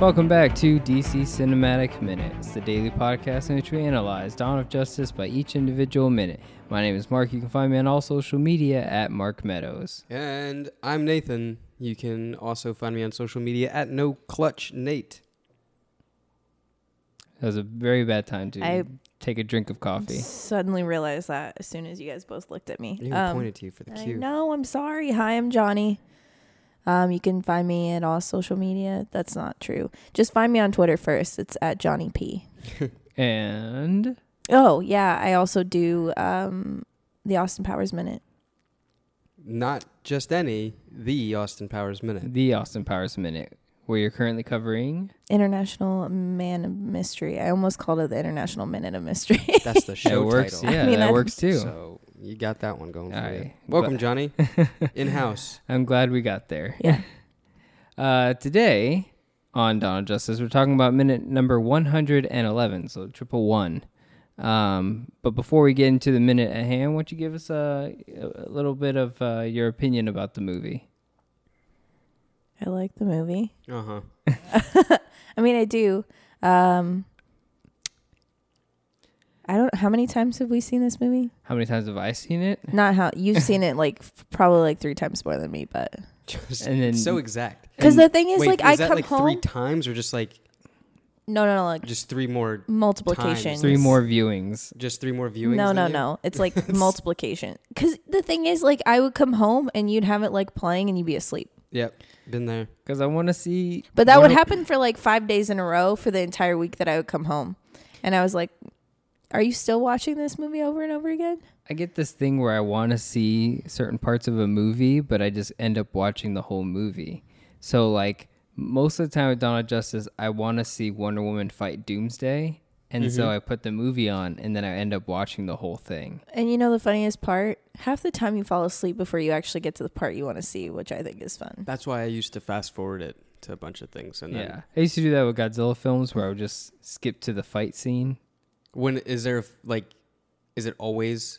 Welcome back to DC Cinematic Minute. It's the daily podcast in which we analyze Dawn of Justice by each individual minute. My name is Mark. You can find me on all social media at Mark Meadows. And I'm Nathan. You can also find me on social media at No Clutch Nate. That was a very bad time to I- take a drink of coffee. Suddenly realized that as soon as you guys both looked at me. I even pointed to you for the Um, I cue. know. I'm sorry. Hi, I'm Johnny. Um, you can find me at all social media. That's not true. Just find me on Twitter first. It's at Johnny P. And Oh yeah, I also do um, the Austin Powers Minute. Not just any, the Austin Powers Minute. the Austin Powers Minute, where you're currently covering. International Man of Mystery. I almost called it the International Minute of Mystery. That's the show it works. title. Yeah, I mean, that I- works too. So you got that one going for All you. right. Welcome, But- Johnny. In house. I'm glad we got there. yeah. Uh, today on Dawn of Justice, we're talking about minute number 111, so triple one. Um, but before we get into the minute at hand, why don't you give us a, a little bit of uh, your opinion about the movie? I like the movie. Uh huh. Uh-huh. I mean, I do. Um, I don't. How many times have we seen this movie? How many times have I seen it? Not how you've seen it, like f- probably like three times more than me, but Just And then- so exact. because And- the thing is, Wait, like, is I that come like home. three times or just like no, no, no, like just three more multiplication. Three more viewings. just three more viewings? No, than no, you? no. It's like multiplication. Because the thing is, like, I would come home and you'd have it like playing and you'd be asleep. Yep. Been there. Because I want to see. But that one would of- happen for like five days in a row for the entire week that I would come home, and I was like, "Are you still watching this movie over and over again?" I get this thing where I want to see certain parts of a movie, but I just end up watching the whole movie. So, like, most of the time with Dawn of Justice, I want to see Wonder Woman fight Doomsday. And so Mm-hmm. I put the movie on, and then I end up watching the whole thing. And you know the funniest part? Half the time you fall asleep before you actually get to the part you want to see, which I think is fun. That's why I used to fast forward it to a bunch of things. And then Yeah. I used to do that with Godzilla films where I would just skip to the fight scene. When is there a f- like, is it always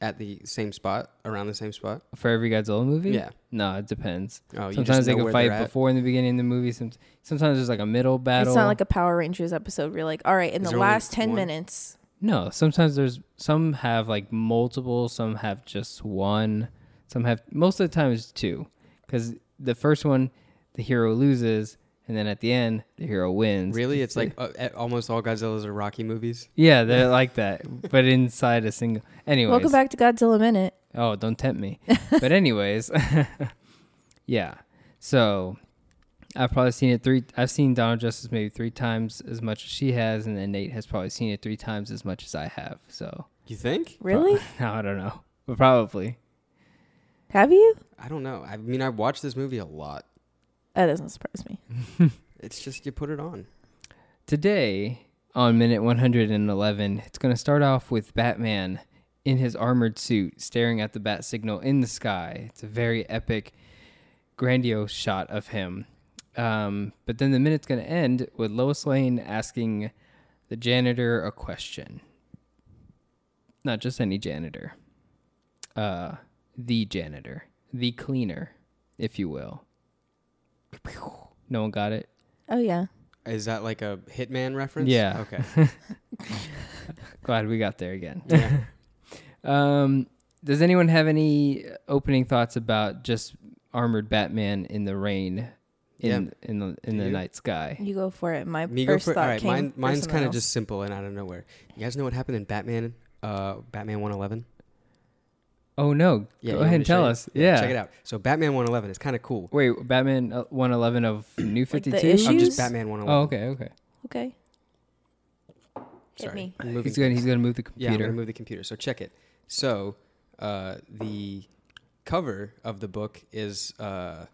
at the same spot around the same spot? For every Godzilla movie? Yeah. No, it depends. Oh, you sometimes just they know can where they're fight at. before in the beginning of the movie. Some, sometimes there's like a middle battle. It's not like a Power Rangers episode where you're like, all right, in Is the there only last 10 one? minutes, No, sometimes there's some have like multiple, some have just one, some have most of the time it's two, because the first one the hero loses, and then at the end the hero wins. Really, it's like uh, at- almost all Godzilla's are Rocky movies. yeah, they're like that, but inside a single. Anyways, welcome back to Godzilla Minute. Oh, don't tempt me. but anyways, yeah. So I've probably seen it three. I've seen Dawn of Justice maybe three times as much as she has, and then Nate has probably seen it three times as much as I have. So You think? Really? no, I don't know, but probably. Have you? I don't know. I mean, I watched this movie a lot. That doesn't surprise me. It's just you put it on. Today, on minute 111, it's going to start off with Batman in his armored suit staring at the bat signal in the sky. It's a very epic, grandiose shot of him. Um, but then the minute's going to end with Lois Lane asking the janitor a question. Not just any janitor, uh, the janitor, the cleaner, if you will. No one got it? Oh, yeah. Is that like a Hitman reference? Yeah. Okay. Glad we got there again. Yeah. Um, does anyone have any opening thoughts about just armored Batman in the rain, in in the in the You? night sky? You go for it. My Me go first for- thought all right, came mine, for mine's someone kind of else. just simple and out of nowhere. You guys know what happened in Batman, uh, Batman 111? Oh no! Go you want ahead me and to show tell you? us. Yeah. Check it out. So Batman 111 is kind of cool. Wait, Batman uh, one eleven of New Like Fifty the Two. issue? I'm Shoes? just Batman 111. oh, okay, okay. Okay. Sorry. Hit me. I'm moving He's gonna he's gonna move the Yeah, I'm computer. gonna move the computer. So check it. So uh, the cover of the book is uh,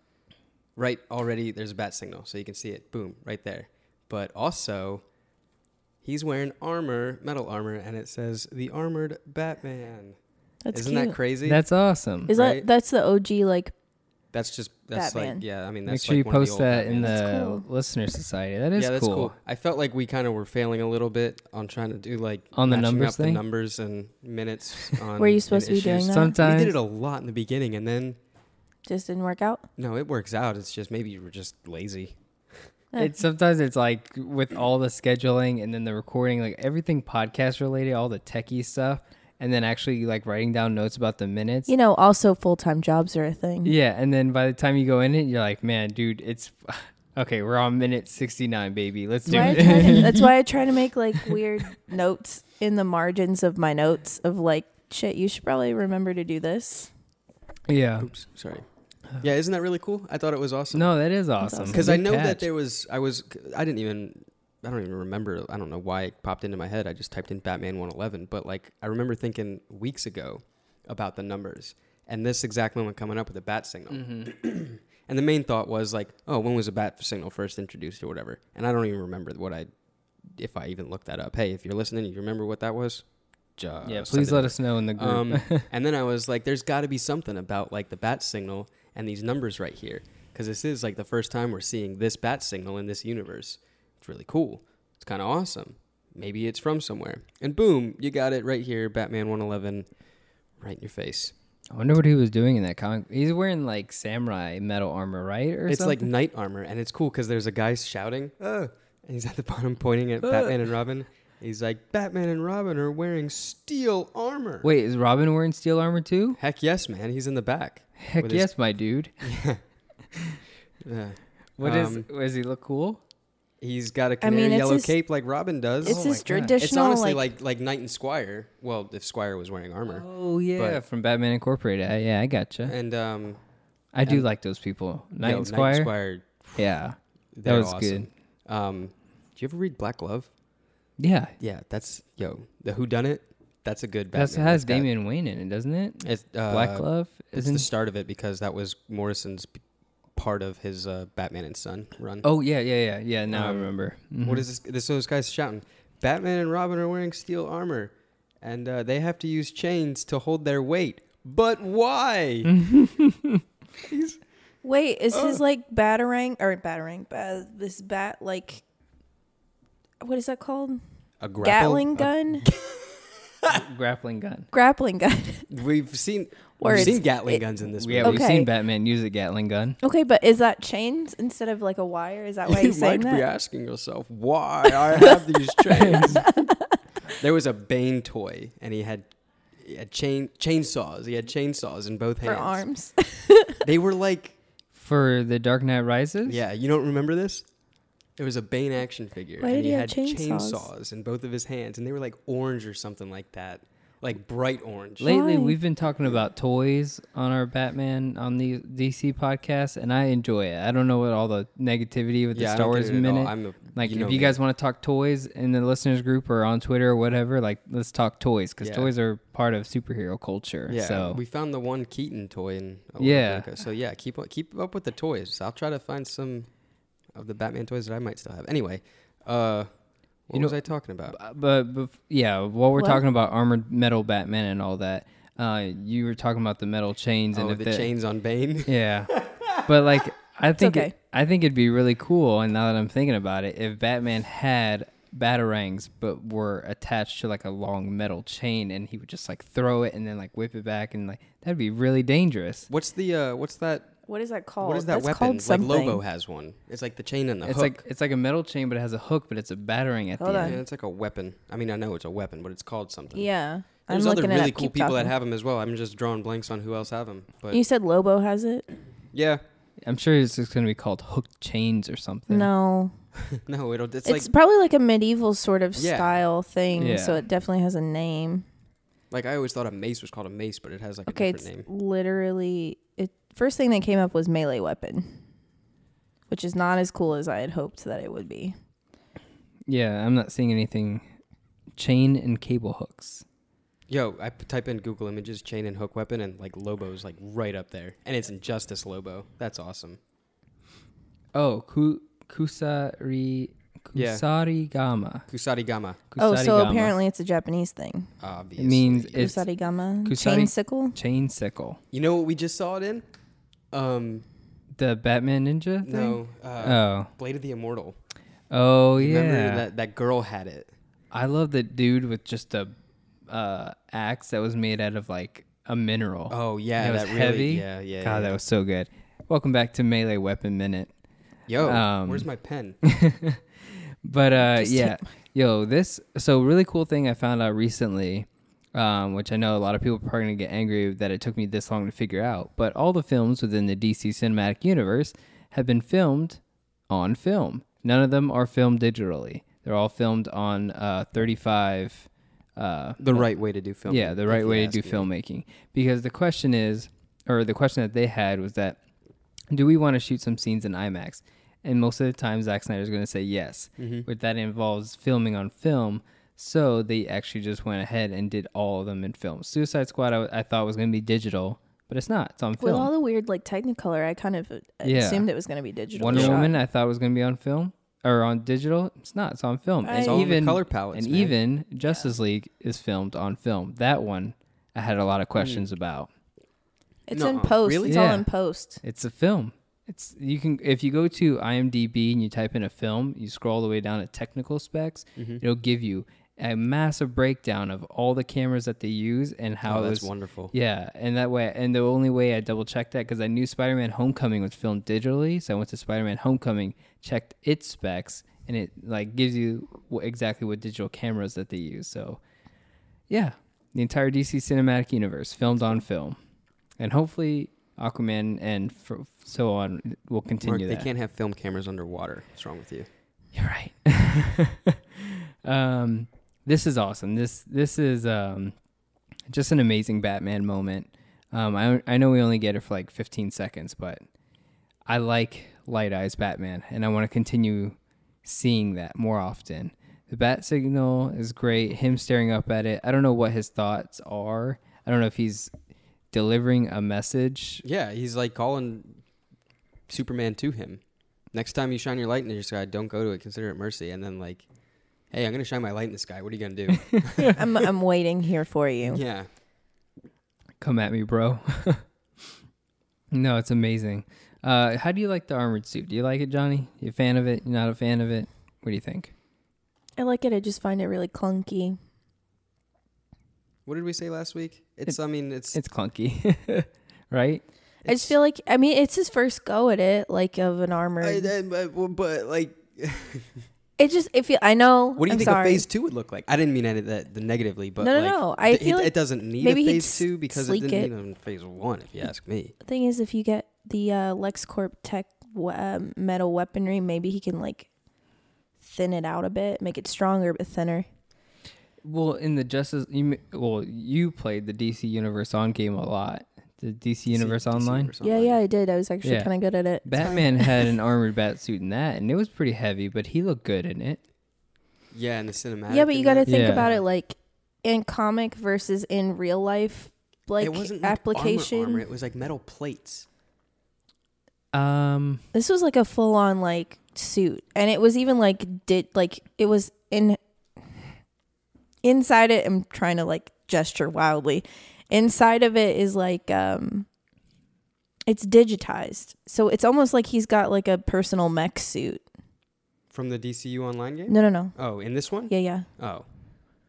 right already. There's a bat signal, so you can see it. Boom, right there. But also, he's wearing armor, metal armor, and it says the armored Batman. That's Isn't cute. that crazy? That's awesome. is right? that that's the OG like that's just that's Batman. like yeah. I mean, Make that's sure like you one of the post old that in Batmans. the cool. listener society. That is yeah, that's cool. cool. I felt like we kind of were failing a little bit on trying to do like On the matching numbers up thing? the numbers and minutes. On Were you and supposed to be doing issues. that? Sometimes We did it a lot in the beginning, and then just didn't work out? no, it works out. It's just maybe we're just lazy. Eh. It's sometimes it's like with all the scheduling and then the recording, like everything podcast related, all the techie stuff, and then actually like writing down notes about the minutes. You know, also full time jobs are a thing. Yeah, and then by the time you go in it, you're like, man, dude, it's okay. We're on minute sixty nine, baby. Let's do That's why, I it. try to, that's why I try to make like weird notes in the margins of my notes of like shit. You should probably remember to do this. yeah. Oops, sorry. Yeah, isn't that really cool? I thought it was awesome. No, that is awesome. because I Good know catch. that there was. I was. I didn't even. I don't even remember. I don't know why it popped into my head. I just typed in Batman 111, but like I remember thinking weeks ago about the numbers and this exact moment coming up with a bat signal. Mm. Mm-hmm. and the main thought was like, oh, when was a bat signal first introduced or whatever? And I don't even remember what I, if I even looked that up. Hey, if you're listening, you remember what that was? Just Yeah, send please it let us know in the group. um, and then I was like, there's got to be something about like the bat signal and these numbers right here. Because this is like the first time we're seeing this bat signal in this universe. It's really cool. It's kind of awesome. Maybe it's from somewhere. And boom, you got it right here Batman 111, right in your face. I wonder what he was doing in that comic. He's wearing like samurai metal armor, right? Or it's like something? knight armor, and it's cool because there's a guy shouting, "Ugh," and he's at the bottom pointing at Batman and Robin. He's like, Batman and Robin are wearing steel armor. Wait, is Robin wearing steel armor too? Heck yes, man. He's in the back. Heck With his- yes, my dude. Yeah. What is? Um, Does he look cool? He's got a I mean, canary it's yellow his- cape like Robin does. It's my his God. It's traditional Oh it's honestly like, like, like knight and squire. Well, if squire was wearing armor, Oh yeah, but- from Batman Incorporated. I- yeah, I gotcha. and um, I do and- like those people. Knight yo, and Squire. Knight and Squire, Yeah, they're was awesome. Um, do you ever read Black Glove? yeah. Yeah, that's yo the Who Done It. That's a good. Batman. That has got- Damian Wayne in it, doesn't it? It's, uh, Black Glove It's isn't. the start of it because that was Morrison's p- part of his uh, Batman and Son run. oh yeah, yeah, yeah, yeah. Now I Um, remember. What Mhm. is this? this those guys shouting, Batman and Robin are wearing steel armor, and uh, they have to use chains to hold their weight. But why? Mm-hmm. wait, is his like batarang or batarang? Ba- this bat like what is that called? a grapple? Uh, Gatling gun, grappling gun? grappling gun. We've seen Words. we've seen Gatling It- guns in this movie. Yeah, we've Okay. seen Batman use a Gatling gun. okay, but is that chains instead of like a wire? Is that Oh, why you you're saying might be that? asking yourself why I have these chains. there was a Bane toy, and he had, he had chain chainsaws. He had chainsaws in both For hands. arms, They were like, For the Dark Knight Rises? yeah, you don't remember this? There was a Bane action figure, Why and did he, he had have chainsaws? chainsaws in both of his hands, and they were like orange or something like that, like bright orange. Lately, Why? we've been talking about toys on our Batman on the DC podcast, and I enjoy it. I don't know what all the negativity with Yeah, the I Star don't get Wars it at all. minute. I'm a- like, you know if you me. guys want to talk toys in the listeners group or on Twitter or whatever, like, let's talk toys because Yeah. toys are part of superhero culture. Yeah, so we found the one Keaton toy in Yeah. Oaxaca. So yeah, keep up- keep up with the toys. I'll try to find some of the Batman toys that I might still have. Anyway, uh, what You know- was I talking about? Uh, but, but yeah, while we're What? talking about armored metal Batman and all that, uh, you were talking about the metal chains and Oh, if the that- chains on Bane. Yeah, but like I think okay. it, I think it'd be really cool. And now that I'm thinking about it, if Batman had batarangs but were attached to like a long metal chain, and he would just like throw it and then like whip it back, and like that'd be really dangerous. what's the uh, what's that? what is that called? what is that Oh, That's weapon? called Like something. Lobo has one. It's like the chain and the It's hook. like it's like a metal chain, but it has a hook, but it's a battering at Hold the on. yeah, end. it's like a weapon. I mean, I know it's a weapon, but it's called something. Yeah, There's I'm other looking really it up. cool Keep people that talking. have them as well. I'm just drawing blanks on who else have them. But You said Lobo has it. yeah, I'm sure it's just gonna be called hooked chains or something. No, no, it'll. It's, it's, like probably like a medieval sort of Yeah. style thing. Yeah. So it definitely has a name. like I always thought a mace was called a mace, but it has like Okay, a it's different name. literally it. First thing that came up was melee weapon, which is not as cool as I had hoped that it would be. Yeah, I'm not seeing anything. Chain and cable hooks. Yo, I p- type in Google Images chain and hook weapon, and like Lobo's like right up there, and it's Injustice Lobo. That's awesome. Oh, ku, kusari Yeah. kusari gama. Kusarigama, oh, so Kusarigama. apparently it's a Japanese thing. obviously. It means it's Kusarigama, Kusari- chain sickle. chain sickle. you know what we just saw it in? Um, The Batman Ninja? Thing? no, uh, Oh. Blade of the Immortal. Oh You yeah. Remember that that girl had it. I love the dude with just a uh, axe that was made out of like a mineral. Oh yeah, And it was that really, heavy. Yeah, yeah. God, yeah. that was so good. Welcome back to Melee Weapon Minute. Yo, Um, where's my pen? But uh, Just yeah, yo, this so really cool thing I found out recently, um, which I know a lot of people are probably gonna get angry that it took me this long to figure out. But all the films within the DC cinematic universe have been filmed on film. None of them are filmed digitally. They're all filmed on uh, 35. Uh, The right way to do film. yeah, the if right you way to ask do me. filmmaking. Because the question is, or the question that they had was that, do we want to shoot some scenes in IMAX? And most of the time, Zack Snyder's going to say yes, Mm-hmm. but that involves filming on film. So they actually just went ahead and did all of them in film. Suicide Squad, I, I thought was going to be digital, but it's not. It's on With film. all the weird like Technicolor, I kind of uh, Yeah. assumed it was going to be digital. Wonder shot. Woman, I thought was going to be on film or on digital. It's not. It's on film. It's And all in the even color palettes, and man. even Justice League is filmed on film. That one I had a lot Mm. of questions about. It's in Nuh-uh. post. Really? It's all Yeah. in post. It's a film. It's you can if you go to IMDb and you type in a film, you scroll all the way down to technical specs. Mm-hmm. It'll give you a massive breakdown of all the cameras that they use and how Oh, it that's was. wonderful. Yeah, and that way, and the only way I double checked that because I knew Spider-Man: Homecoming was filmed digitally, so I went to Spider-Man: Homecoming, checked its specs, and it like gives you wh- exactly what digital cameras that they use. So, yeah, the entire DC cinematic universe filmed on film, and hopefully Aquaman and f so on will Mark, continue they that. can't have film cameras underwater. What's wrong with you? You're right. um, this is awesome. This this is um, just an amazing Batman moment. Um, I I know we only get it for like 15 seconds, but I like Light Eyes Batman, and I want to continue seeing that more often. The bat signal is great. Him staring up at it. I don't know what his thoughts are. I don't know if he's delivering a message. Yeah, he's like calling Superman to him. Next time you shine your light in the sky, don't go to it. Consider it mercy. And then like, hey, I'm gonna shine my light in the sky. What are you gonna do? I'm I'm waiting here for you. yeah, Come at me, bro. no, it's amazing. Uh, how do you like the armored suit? Do you like it, Johnny? You a fan of it? You're not a fan of it? What do you think? I like it. I just find it really clunky. What did we say last week? It's I mean it's, It's clunky, right? I just feel like I mean it's his first go at it, like of an armor. I- I- but, but, like it just it feel. I know. what do you I'm think sorry. a phase two would look like? I didn't mean any of that the negatively, but No, no, like, no. I th- feel it, like it doesn't need maybe a he'd phase two because it sleek didn't it. need it in phase one, if you ask me. The thing is, if you get the uh, LexCorp Tech we- uh, metal weaponry, maybe he can like thin it out a bit, make it stronger but thinner. Well, in the Justice, you, m- well, you played the DC Universe On game a lot. The DC Universe See- see Online. Universe Yeah, Online. yeah, I did. I was actually Yeah. kind of good at it. Batman had an armored bat suit in that, and it was pretty heavy, but he looked good in it. Yeah, and the cinematic. yeah, but in you got to that. think Yeah. about it like in comic versus in real life, like it wasn't like application. Armor, armor. It was like metal plates. Um, This was like a full on like suit, and it was even like did like it was in inside it. I'm trying to like gesture wildly. Inside of it is like um, it's digitized, so it's almost like he's got like a personal mech suit. From the DCU online game? No, no, no. Oh, in this one? Yeah, yeah. Oh.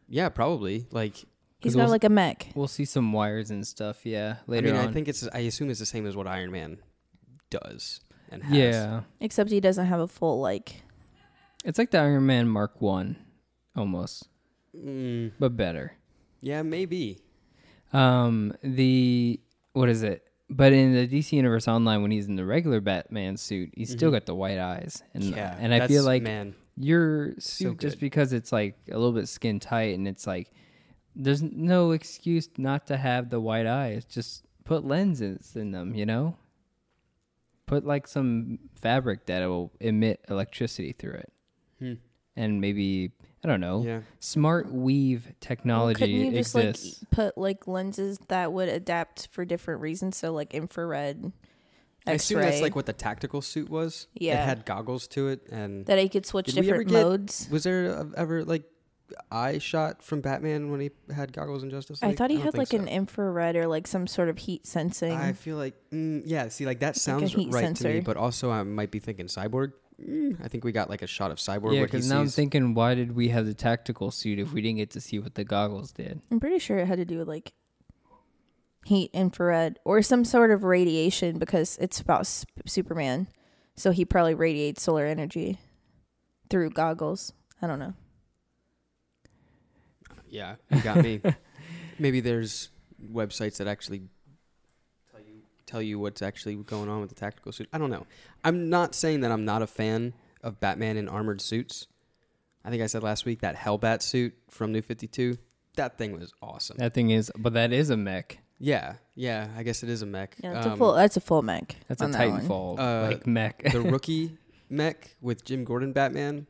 Yeah, probably. Like He's Because got we'll- like a mech. we'll see some wires and stuff. Yeah, later I mean, on. I think it's I assume it's the same as what Iron Man does and has. yeah, Except he doesn't have a full like. it's like the Iron Man Mark One, almost, Mm, but better. yeah, maybe. Um, the what is it? But in the DC Universe Online, when he's in the regular Batman suit, he's still got the white eyes, and Mm-hmm. Yeah. and I that's- feel like man. your suit just good. because it's like a little bit skin tight, and it's like there's no excuse not to have the white eyes. Just put lenses in them, you know. Put like some fabric that will emit electricity through it, Hmm. and maybe I don't know. Yeah. Smart weave technology Couldn't you just exists. like put like lenses that would adapt for different reasons? So like infrared, I X-ray. assume that's like what the tactical suit was. Yeah. It had goggles to it and that he could switch Did we ever different get- modes. was there a- ever like eye shot from Batman when he had goggles in Justice League? I thought he don't had think like so. an infrared or like some sort of heat sensing. I feel like mm, yeah, see like that It's like a sounds heat right to me, sensor. but also I might be thinking cyborg. Mm, I think we got like a shot of cyborg. yeah, what he because now I'm sees. thinking, why did we have the tactical suit if we didn't get to see what the goggles did? I'm pretty sure it had to do with like heat, infrared, or some sort of radiation because it's about sp- Superman. So he probably radiates solar energy through goggles. I don't know. Yeah, you got me. Maybe there's websites that actually tell you tell you what's actually going on with the tactical suit. I don't know. I'm not saying that I'm not a fan of Batman in armored suits. I think I said last week that Hellbat suit from New 52. That thing was awesome. That thing is, but that is a mech. yeah, yeah. I guess it is a mech. Yeah, it's a Um, full. That's a full mech. That's a on that one. Titanfall Uh, like mech. the rookie mech with Jim Gordon Batman.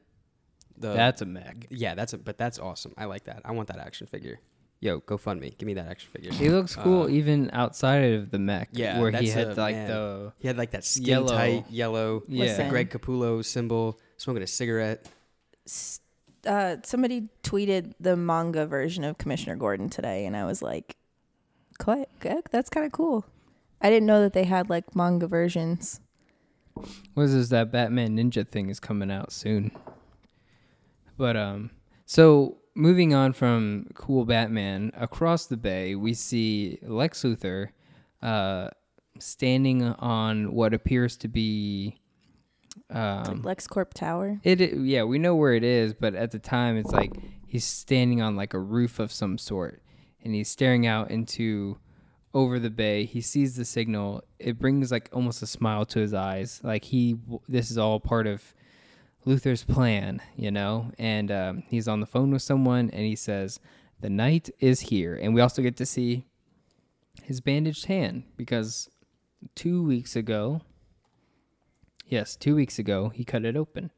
The That's a mech. yeah, that's a, but that's awesome. I like that. I want that action figure. Yo, go fund me. Give me that action figure. He looks cool Uh, even outside of the mech. yeah, where he that's had a- like man. the He had like that skin Yellow. tight yellow. yeah. Listen. Greg Capullo symbol, smoking a cigarette. S- Uh, somebody tweeted the manga version of Commissioner Gordon today, and I was like, "What? Good, That's kind of cool." I didn't know that they had like manga versions. What is this? That Batman Ninja thing is coming out soon. But um, so moving on from cool Batman across the bay, we see Lex Luthor, uh, standing on what appears to be, um, like LexCorp Tower. it i- yeah we know where it is, but at the time it's like he's standing on like a roof of some sort, and he's staring out into over the bay. He sees the signal. It brings like almost a smile to his eyes. Like he this is all part of Luther's plan, you know. And um, he's on the phone with someone, and he says, "The night is here." And we also get to see his bandaged hand because two weeks ago. Yes, two weeks ago, he cut it open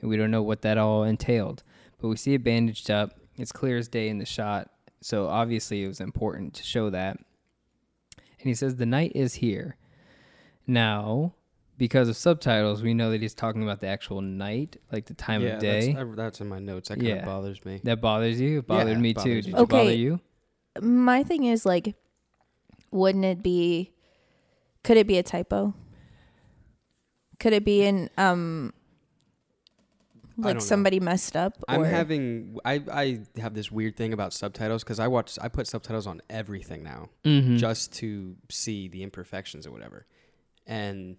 and we don't know what that all entailed. But we see it bandaged up. It's clear as day in the shot, so obviously it was important to show that. And he says, The night is here. Now, because of subtitles, we know that he's talking about the actual night, like the time yeah, of day. That's, I- that's in my notes. That kind of Yeah. bothers me. That bothers you? It bothered Yeah, me it too. bothers Did me it too. bother Okay. you? My thing is like, wouldn't it be? Could it be a typo? Could it be in um? I don't know. Like somebody messed up. Or, I'm having I, I have this weird thing about subtitles because I watch I put subtitles on everything now Hmm. Mm-hmm. just to see the imperfections or whatever. And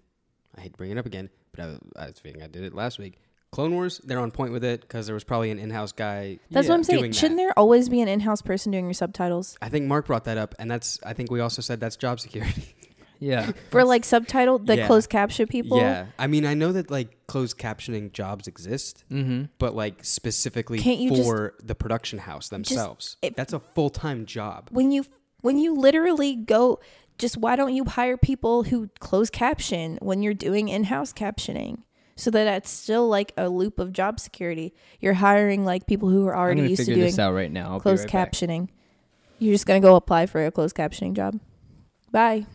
I hate to bring it up again, but I, I think I did it last week. Clone Wars, they're on point with it because there was probably an in-house guy. That's what I'm doing saying. that. Shouldn't there always be an in-house person doing your subtitles I think Mark brought that up, and that's I think we also said that's job security. Yeah. for like subtitle the Yeah. closed caption people? yeah, I mean I know that like closed captioning jobs exist, Mm-hmm. but like specifically Can't you just- for the production house themselves. it- That's a full time job. When you when you literally go, just why don't you hire people who close caption when you're doing in-house captioning? So that it's still like a loop of job security. You're hiring like people who are I'm already going to used to figure doing this out right now. I'll be closed right back. captioning. You're just gonna go apply for a closed captioning job. Bye.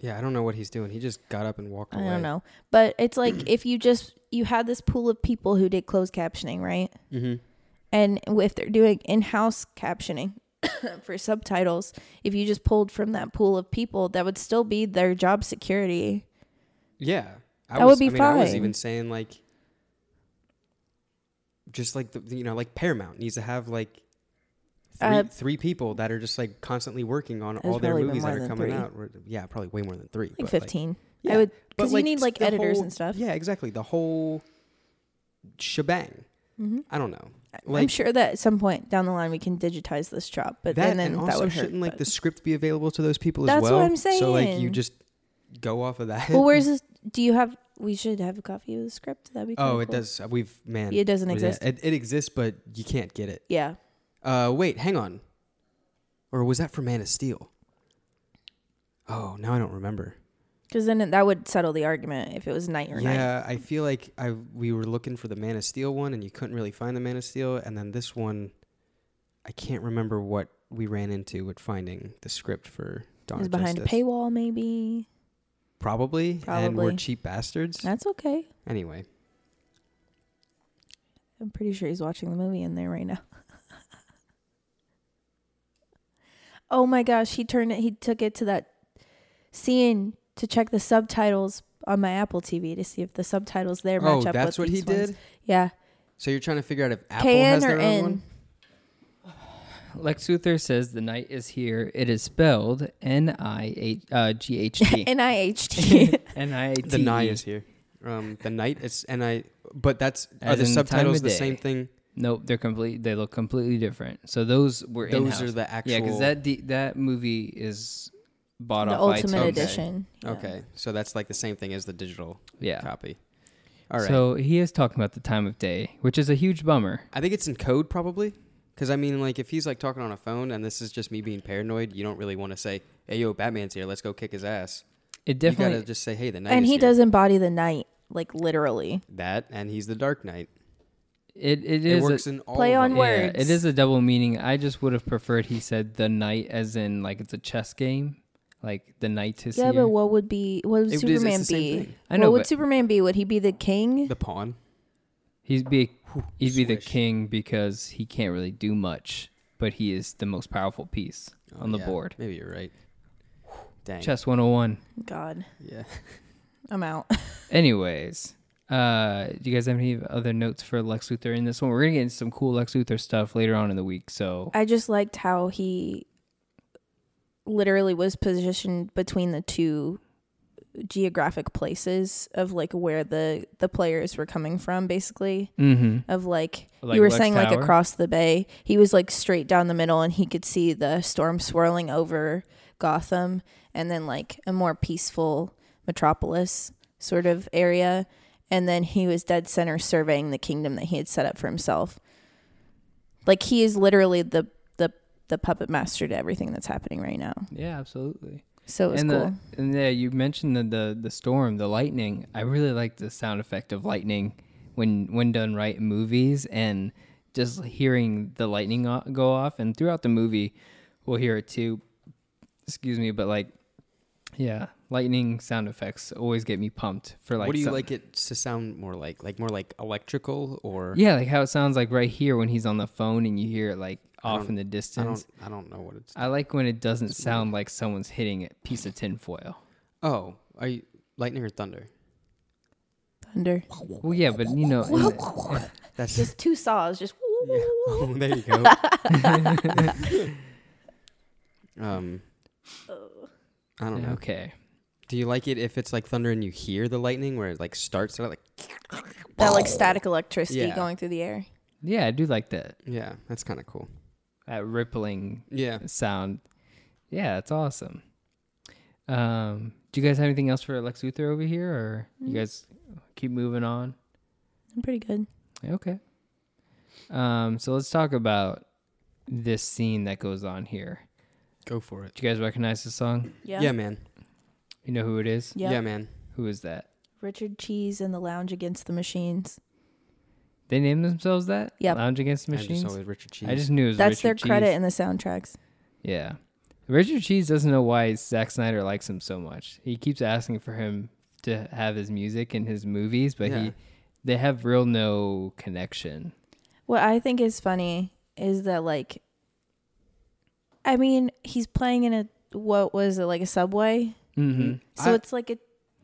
Yeah, I don't know what he's doing. He just got up and walked I away. don't know, but it's like if you just you had this pool of people who did closed captioning, right? Mm-hmm. And if they're doing in house captioning for subtitles, if you just pulled from that pool of people, that would still be their job security. Yeah, I That was, would be I mean, I was fine. even saying like, just like the you know like Paramount needs to have like three, Uh, three people that are just like constantly working on There's all their probably been movies that more are than coming three. out. We're- Yeah, probably way more than three. Like but, 15. yeah, I would, but, because you need t- like the editors whole- and stuff. Yeah, exactly. The whole shebang. Mhm. I don't know. I'm Like, sure that at some point down the line we can digitize this job, but that and then and that also would hurt. shouldn't like but- the script be available to those people as That's what well? I'm So like you saying. just go off of that. Well, where's this? Do you have? We should have a copy of the script. That'd be. kinda oh, it cool. does. We've man. It doesn't what is that? exist. It, it exists, but you can't get it. Yeah. Uh, wait, hang on. Or was that for Man of Steel? Oh, now I don't remember. Because then it- that would settle the argument if it was night or night. Yeah, I feel like I we were looking for the Man of Steel one, and you couldn't really find the Man of Steel, and then this one, I can't remember what we ran into with finding the script for Dawn It was of behind Justice. a paywall, maybe. Probably, and we're Probably. cheap bastards. That's okay. Anyway, I'm pretty sure he's watching the movie in there right now. oh my gosh, he turned it he took it to that scene to check the subtitles on my Apple TV to see if the subtitles there match oh, up that's with what he these ones. did. Yeah. So you're trying to figure out if Apple KN has or their own one. N. Lex Luthor says the night is here. It is spelled N I H G H T. N I H T. N I H T. E. The Nye is here. um, the night. It's and I, but that's are As the in the time subtitles of the day. same thing? Nope, they're complete. They look completely different. So those were Those in-house. are the actual. yeah, because that D- that movie is bought the off ultimate iTunes. Okay. edition. Yeah. Okay, so that's like the same thing as the digital Yeah. copy. All right. So he is talking about the time of day, which is a huge bummer. I think it's in code probably. Because I mean, like, if he's like talking on a phone, and this is just me being paranoid, you don't really want to say, "Hey, yo, Batman's here. Let's go kick his ass." It You definitely gotta just say, "Hey, the night." And is he here." does embody the night, like literally. that, and he's the Dark Knight. it, it It, is works a, in all. Play of on them. yeah, words. it is a double meaning. I just would have preferred he said the night as in like it's a chess game, like the night is Yeah, here. but what would be what would It is- it's the Superman same be? thing. I know, what would but- Superman be? Would he be the king? the pawn. he'd be he'd be the swish. king because he can't really do much, but he is the most powerful piece Oh, on the yeah, board. Maybe you're right. Dang. Chess 101. God, Yeah. I'm out. Anyways, uh, do you guys have any other notes for Lex Luthor in this one? We're gonna get into some cool Lex Luthor stuff later on in the week. So I just liked how he literally was positioned between the two geographic places of like where the the players were coming from basically Mhm. of like, Like you were Lex saying like Tower? across the bay he was like straight down the middle and he could see the storm swirling over gotham and then like a more peaceful metropolis sort of area and then he was dead center surveying the kingdom that he had set up for himself like he is literally the the the puppet master to everything that's happening right now yeah, absolutely. so it was and cool the, and yeah, you mentioned the, the the storm, the lightning. I really like the sound effect of lightning when when done right in movies, and just hearing the lightning o- go off. And throughout the movie, we'll hear it too. Excuse me, but like, yeah, lightning sound effects always get me pumped for like. what do you some- like it to sound more like? Like more like electrical or? Yeah, like how it sounds like right here when he's on the phone and you hear it like off don't- in the I don't. distance. I don't know what it's. I, like when it doesn't sound like someone's hitting a piece of tinfoil. Oh, are you lightning or thunder? thunder Well, yeah, but you know, in the- That's just two saws just Yeah. Oh, there you go. um, I don't know. okay. Do you like it if it's like thunder and you hear the lightning where it like starts out like that like static electricity Yeah. going through the air Yeah, I do like that yeah, that's kind of cool. that rippling Yeah. sound. Yeah, it's awesome. Um, do you guys have anything else for Lex Luthor over here, or Mm. you guys keep moving on? i'm pretty good Okay. Um, so let's talk about this scene that goes on here. Go for it. Do you guys recognize the song? yeah Yeah, man. You know who it is? Yeah. Yeah, man. Who is that? Richard Cheese and the Lounge Against the Machines. They named themselves that? Yep. Lounge Against the I Machines? just saw it, Richard Cheese. I just knew it was That's their Richard credit Cheese. in the soundtracks. Yeah. Richard Cheese doesn't know why Zack Snyder likes him so much. He keeps asking for him to have his music in his movies, but Yeah. he they have real no connection. What I think is funny is that like I mean, he's playing in a what was it, like a subway? Mm-hmm. So I- it's like a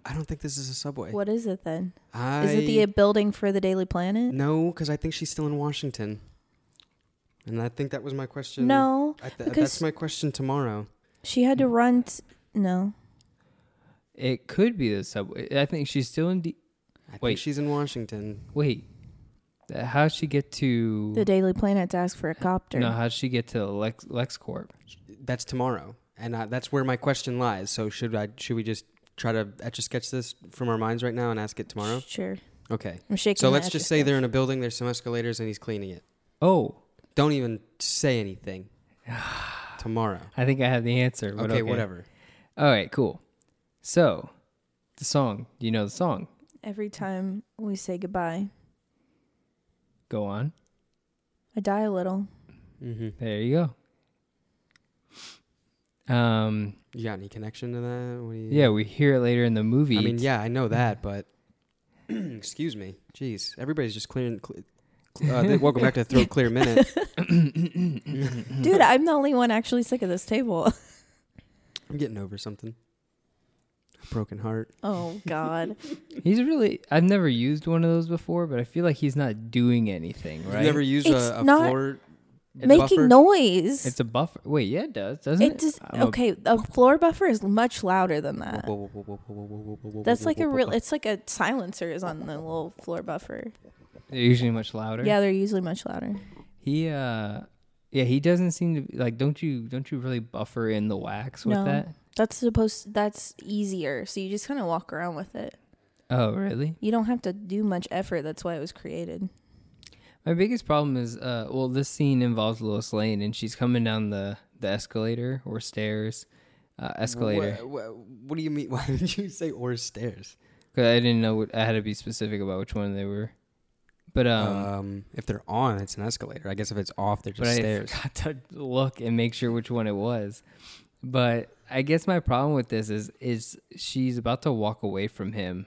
I don't think this is a subway. what is it then? I, Is it the building for the Daily Planet? No, because I think she's still in Washington. And I think that was my question. No. I th- because- that's my question tomorrow. She had Mm. to run t- no. It could be the subway. I think she's still in. D- I Wait. think she's in Washington. Wait, Uh, how'd she get to? The Daily Planet to ask for a copter. no, how'd she get to Lex LexCorp? That's tomorrow, and I, that's where my question lies. So should I? Should we just try to etch a sketch this from our minds right now and ask it tomorrow? Sure. Okay. I'm shaking. So my let's head just say sketch. they're in a building. There's some escalators, and he's cleaning it. Oh, Don't even say anything. tomorrow. I think I have the answer. but okay, whatever. All right, cool. So, the song. Do you know the song? every time we say goodbye. Go on. I die a little. Mm-hmm. There you go. Um. You got any connection to that? What do you, Yeah, we hear it later in the movie. I mean, yeah, I know that, but excuse me, jeez, everybody's just clearing. Cle- cl- uh, th- welcome back to Throat Clear Minute. Dude, I'm the only one actually sick at this table. I'm getting over something. A broken heart. Oh God! He's really. I've never used one of those before, but I feel like he's not doing anything, right? You ever used It's a, a not- floor It's making buffered. noise. It's a buffer. Wait, yeah, it does, doesn't it? it does. I'm a- Okay, a floor buffer is much louder than that. Whoa, whoa, whoa, whoa, whoa, whoa, whoa, whoa, whoa, That's whoa, like whoa, a whoa, real. whoa. It's like a silencer is on the little floor buffer. They're usually much louder. Yeah, they're usually much louder. He uh yeah, he doesn't seem to be- like don't you don't you really buffer in the wax with No. that? That's supposed. That's easier. So you just kind of walk around with it. Oh, really? You don't have to do much effort. That's why it was created. My biggest problem is uh well, this scene involves Lois Lane and she's coming down the the escalator or stairs. Uh, escalator. Wha- wha- What do you mean? Why did you say or stairs? Cause I didn't know. What, I had to be specific about which one they were. But um, Um, if they're on, it's an escalator. I guess if it's off, they're but just I stairs. forgot to look and make sure which one it was. But I guess my problem with this is is she's about to walk away from him,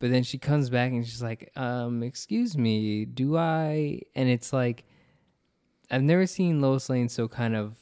but then she comes back and she's like, "Um, excuse me, do I?" And it's like, I've never seen Lois Lane so kind of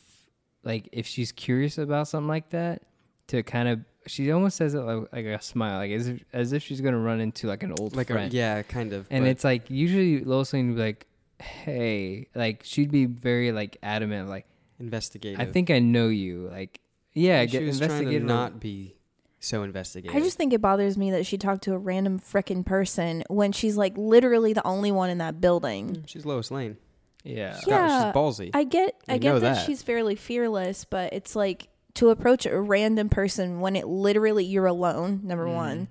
like if she's curious about something like that to kind of she almost says it like, like a smile, like as if as if she's gonna run into like an old Like a friend. yeah, kind of. And but it's like usually Lois Lane would be like, "Hey," like she'd be very like adamant, like, investigative. "I think I know you." Like, yeah, she get was trying to investigated. not be so investigative. I just think it bothers me that she talked to a random frickin' person when she's like literally the only one in that building. she's Lois Lane. yeah. She's got- Yeah, she's ballsy. I get I We get know that, that. she's fairly fearless, but it's like to approach a random person when it literally you're alone, number Mm-hmm. one.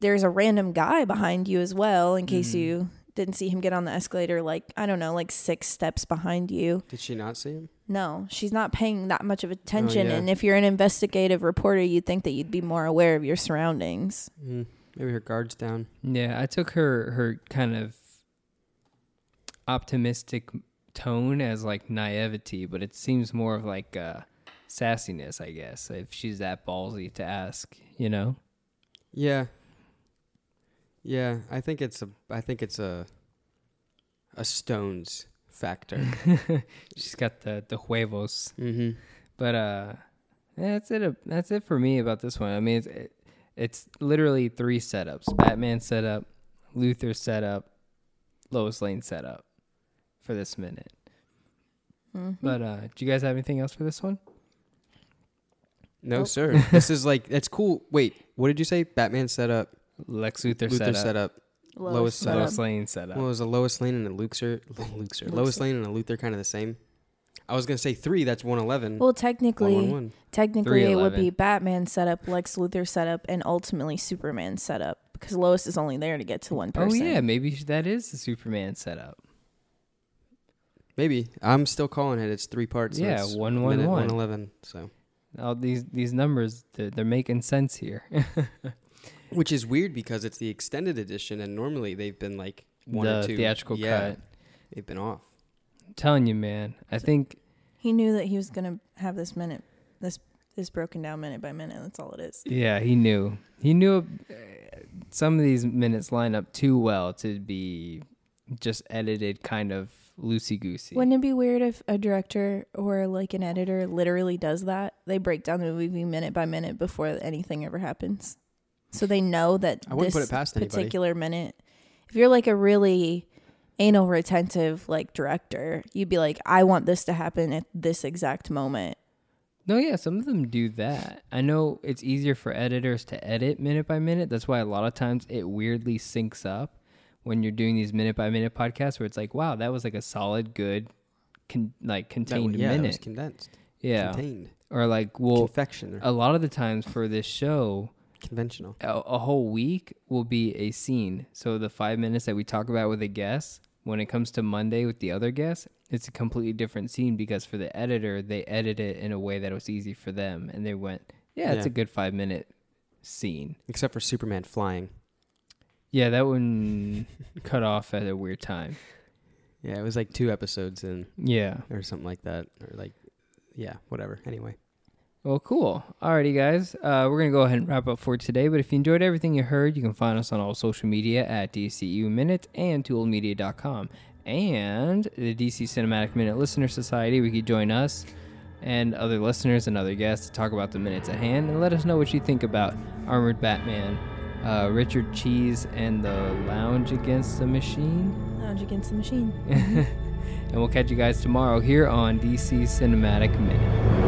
There's a random guy behind you as well, in case Mm-hmm. you didn't see him get on the escalator like, I don't know, like six steps behind you. Did she not see him? No, she's not paying that much of attention. yeah. And if you're an investigative reporter, you'd think that you'd be more aware of your surroundings. Mm, maybe her guard's down. Yeah, I took her her kind of optimistic tone as like naivety, but it seems more of like uh, sassiness, I guess. If she's that ballsy to ask, you know. Yeah. Yeah, I think it's a. I think it's a. A stones factor. She's got the the huevos. mm-hmm. But uh, yeah, that's it. uh, That's it for me about this one. I mean, it's it, it's literally three setups: Batman setup, Luther setup, Lois Lane setup for this minute. Hmm. Mm-hmm. But uh, do you guys have anything else for this one? No, Nope. sir. this is like that's cool. Wait, what did you say? Batman setup, Lex Luthor, Luther setup, setup, Lowest setup. Lois Lane setup. Well, it was a Lois Lane and a Luxor, Luxor, Luxor. Lois Lane and a Luther kind of the same. I was gonna say three. That's one eleven. Well, technically, one one. technically it would be 311. Batman setup, Lex Luthor setup, and ultimately Superman setup because Lois is only there to get to one oh person. yeah, maybe that is the Superman setup. Maybe I'm still calling it. It's three parts. so Yeah, it's one, one, minute one. one eleven. So, All these these numbers, they're, they're making sense here. which is weird because it's the extended edition, and normally they've been like one the or two theatrical yeah, cut. They've been off. I'm telling you, man. I think He knew that he was gonna have this minute, this this broken down minute by minute. That's all it is. Yeah, he knew. He knew uh, some of these minutes line up too well to be just edited kind of loosey goosey. Wouldn't it be weird if a director or like an editor literally does that? They break down the movie minute by minute before anything ever happens, so they know that I wouldn't this put it past anybody. particular minute. If you're like a really anal retentive like director, you'd be like, I want this to happen at this exact moment. No, yeah, some of them do that. I know it's easier for editors to edit minute by minute. That's why a lot of times it weirdly syncs up when you're doing these minute by minute podcasts where it's like, wow, that was like a solid, good, con- like That one- contained yeah, that was minute. condensed, yeah. contained, Or like, well, uh, confection, or a lot of the times for this show, conventional. a, a whole week will be a scene. So the five minutes that we talk about with a guest, when it comes to Monday with the other guest, it's a completely different scene because for the editor, they edit it in a way that was easy for them, and they went, "Yeah, it's Yeah. a good five minute scene." Except for Superman flying. Yeah, that one cut off at a weird time. Yeah, it was like two episodes in Yeah. or something like that, or like, yeah, whatever. Anyway. Well, cool. Alrighty, guys. Uh, we're going to go ahead and wrap up for today. But if you enjoyed everything you heard, you can find us on all social media at DCU Minute and tooledmedia.com. And the DC Cinematic Minute Listener Society, we could join us and other listeners and other guests to talk about the minutes at hand and let us know what you think about Armored Batman, uh, Richard Cheese, and the Lounge Against the Machine. Lounge Against the Machine. And we'll catch you guys tomorrow here on DC Cinematic Minute.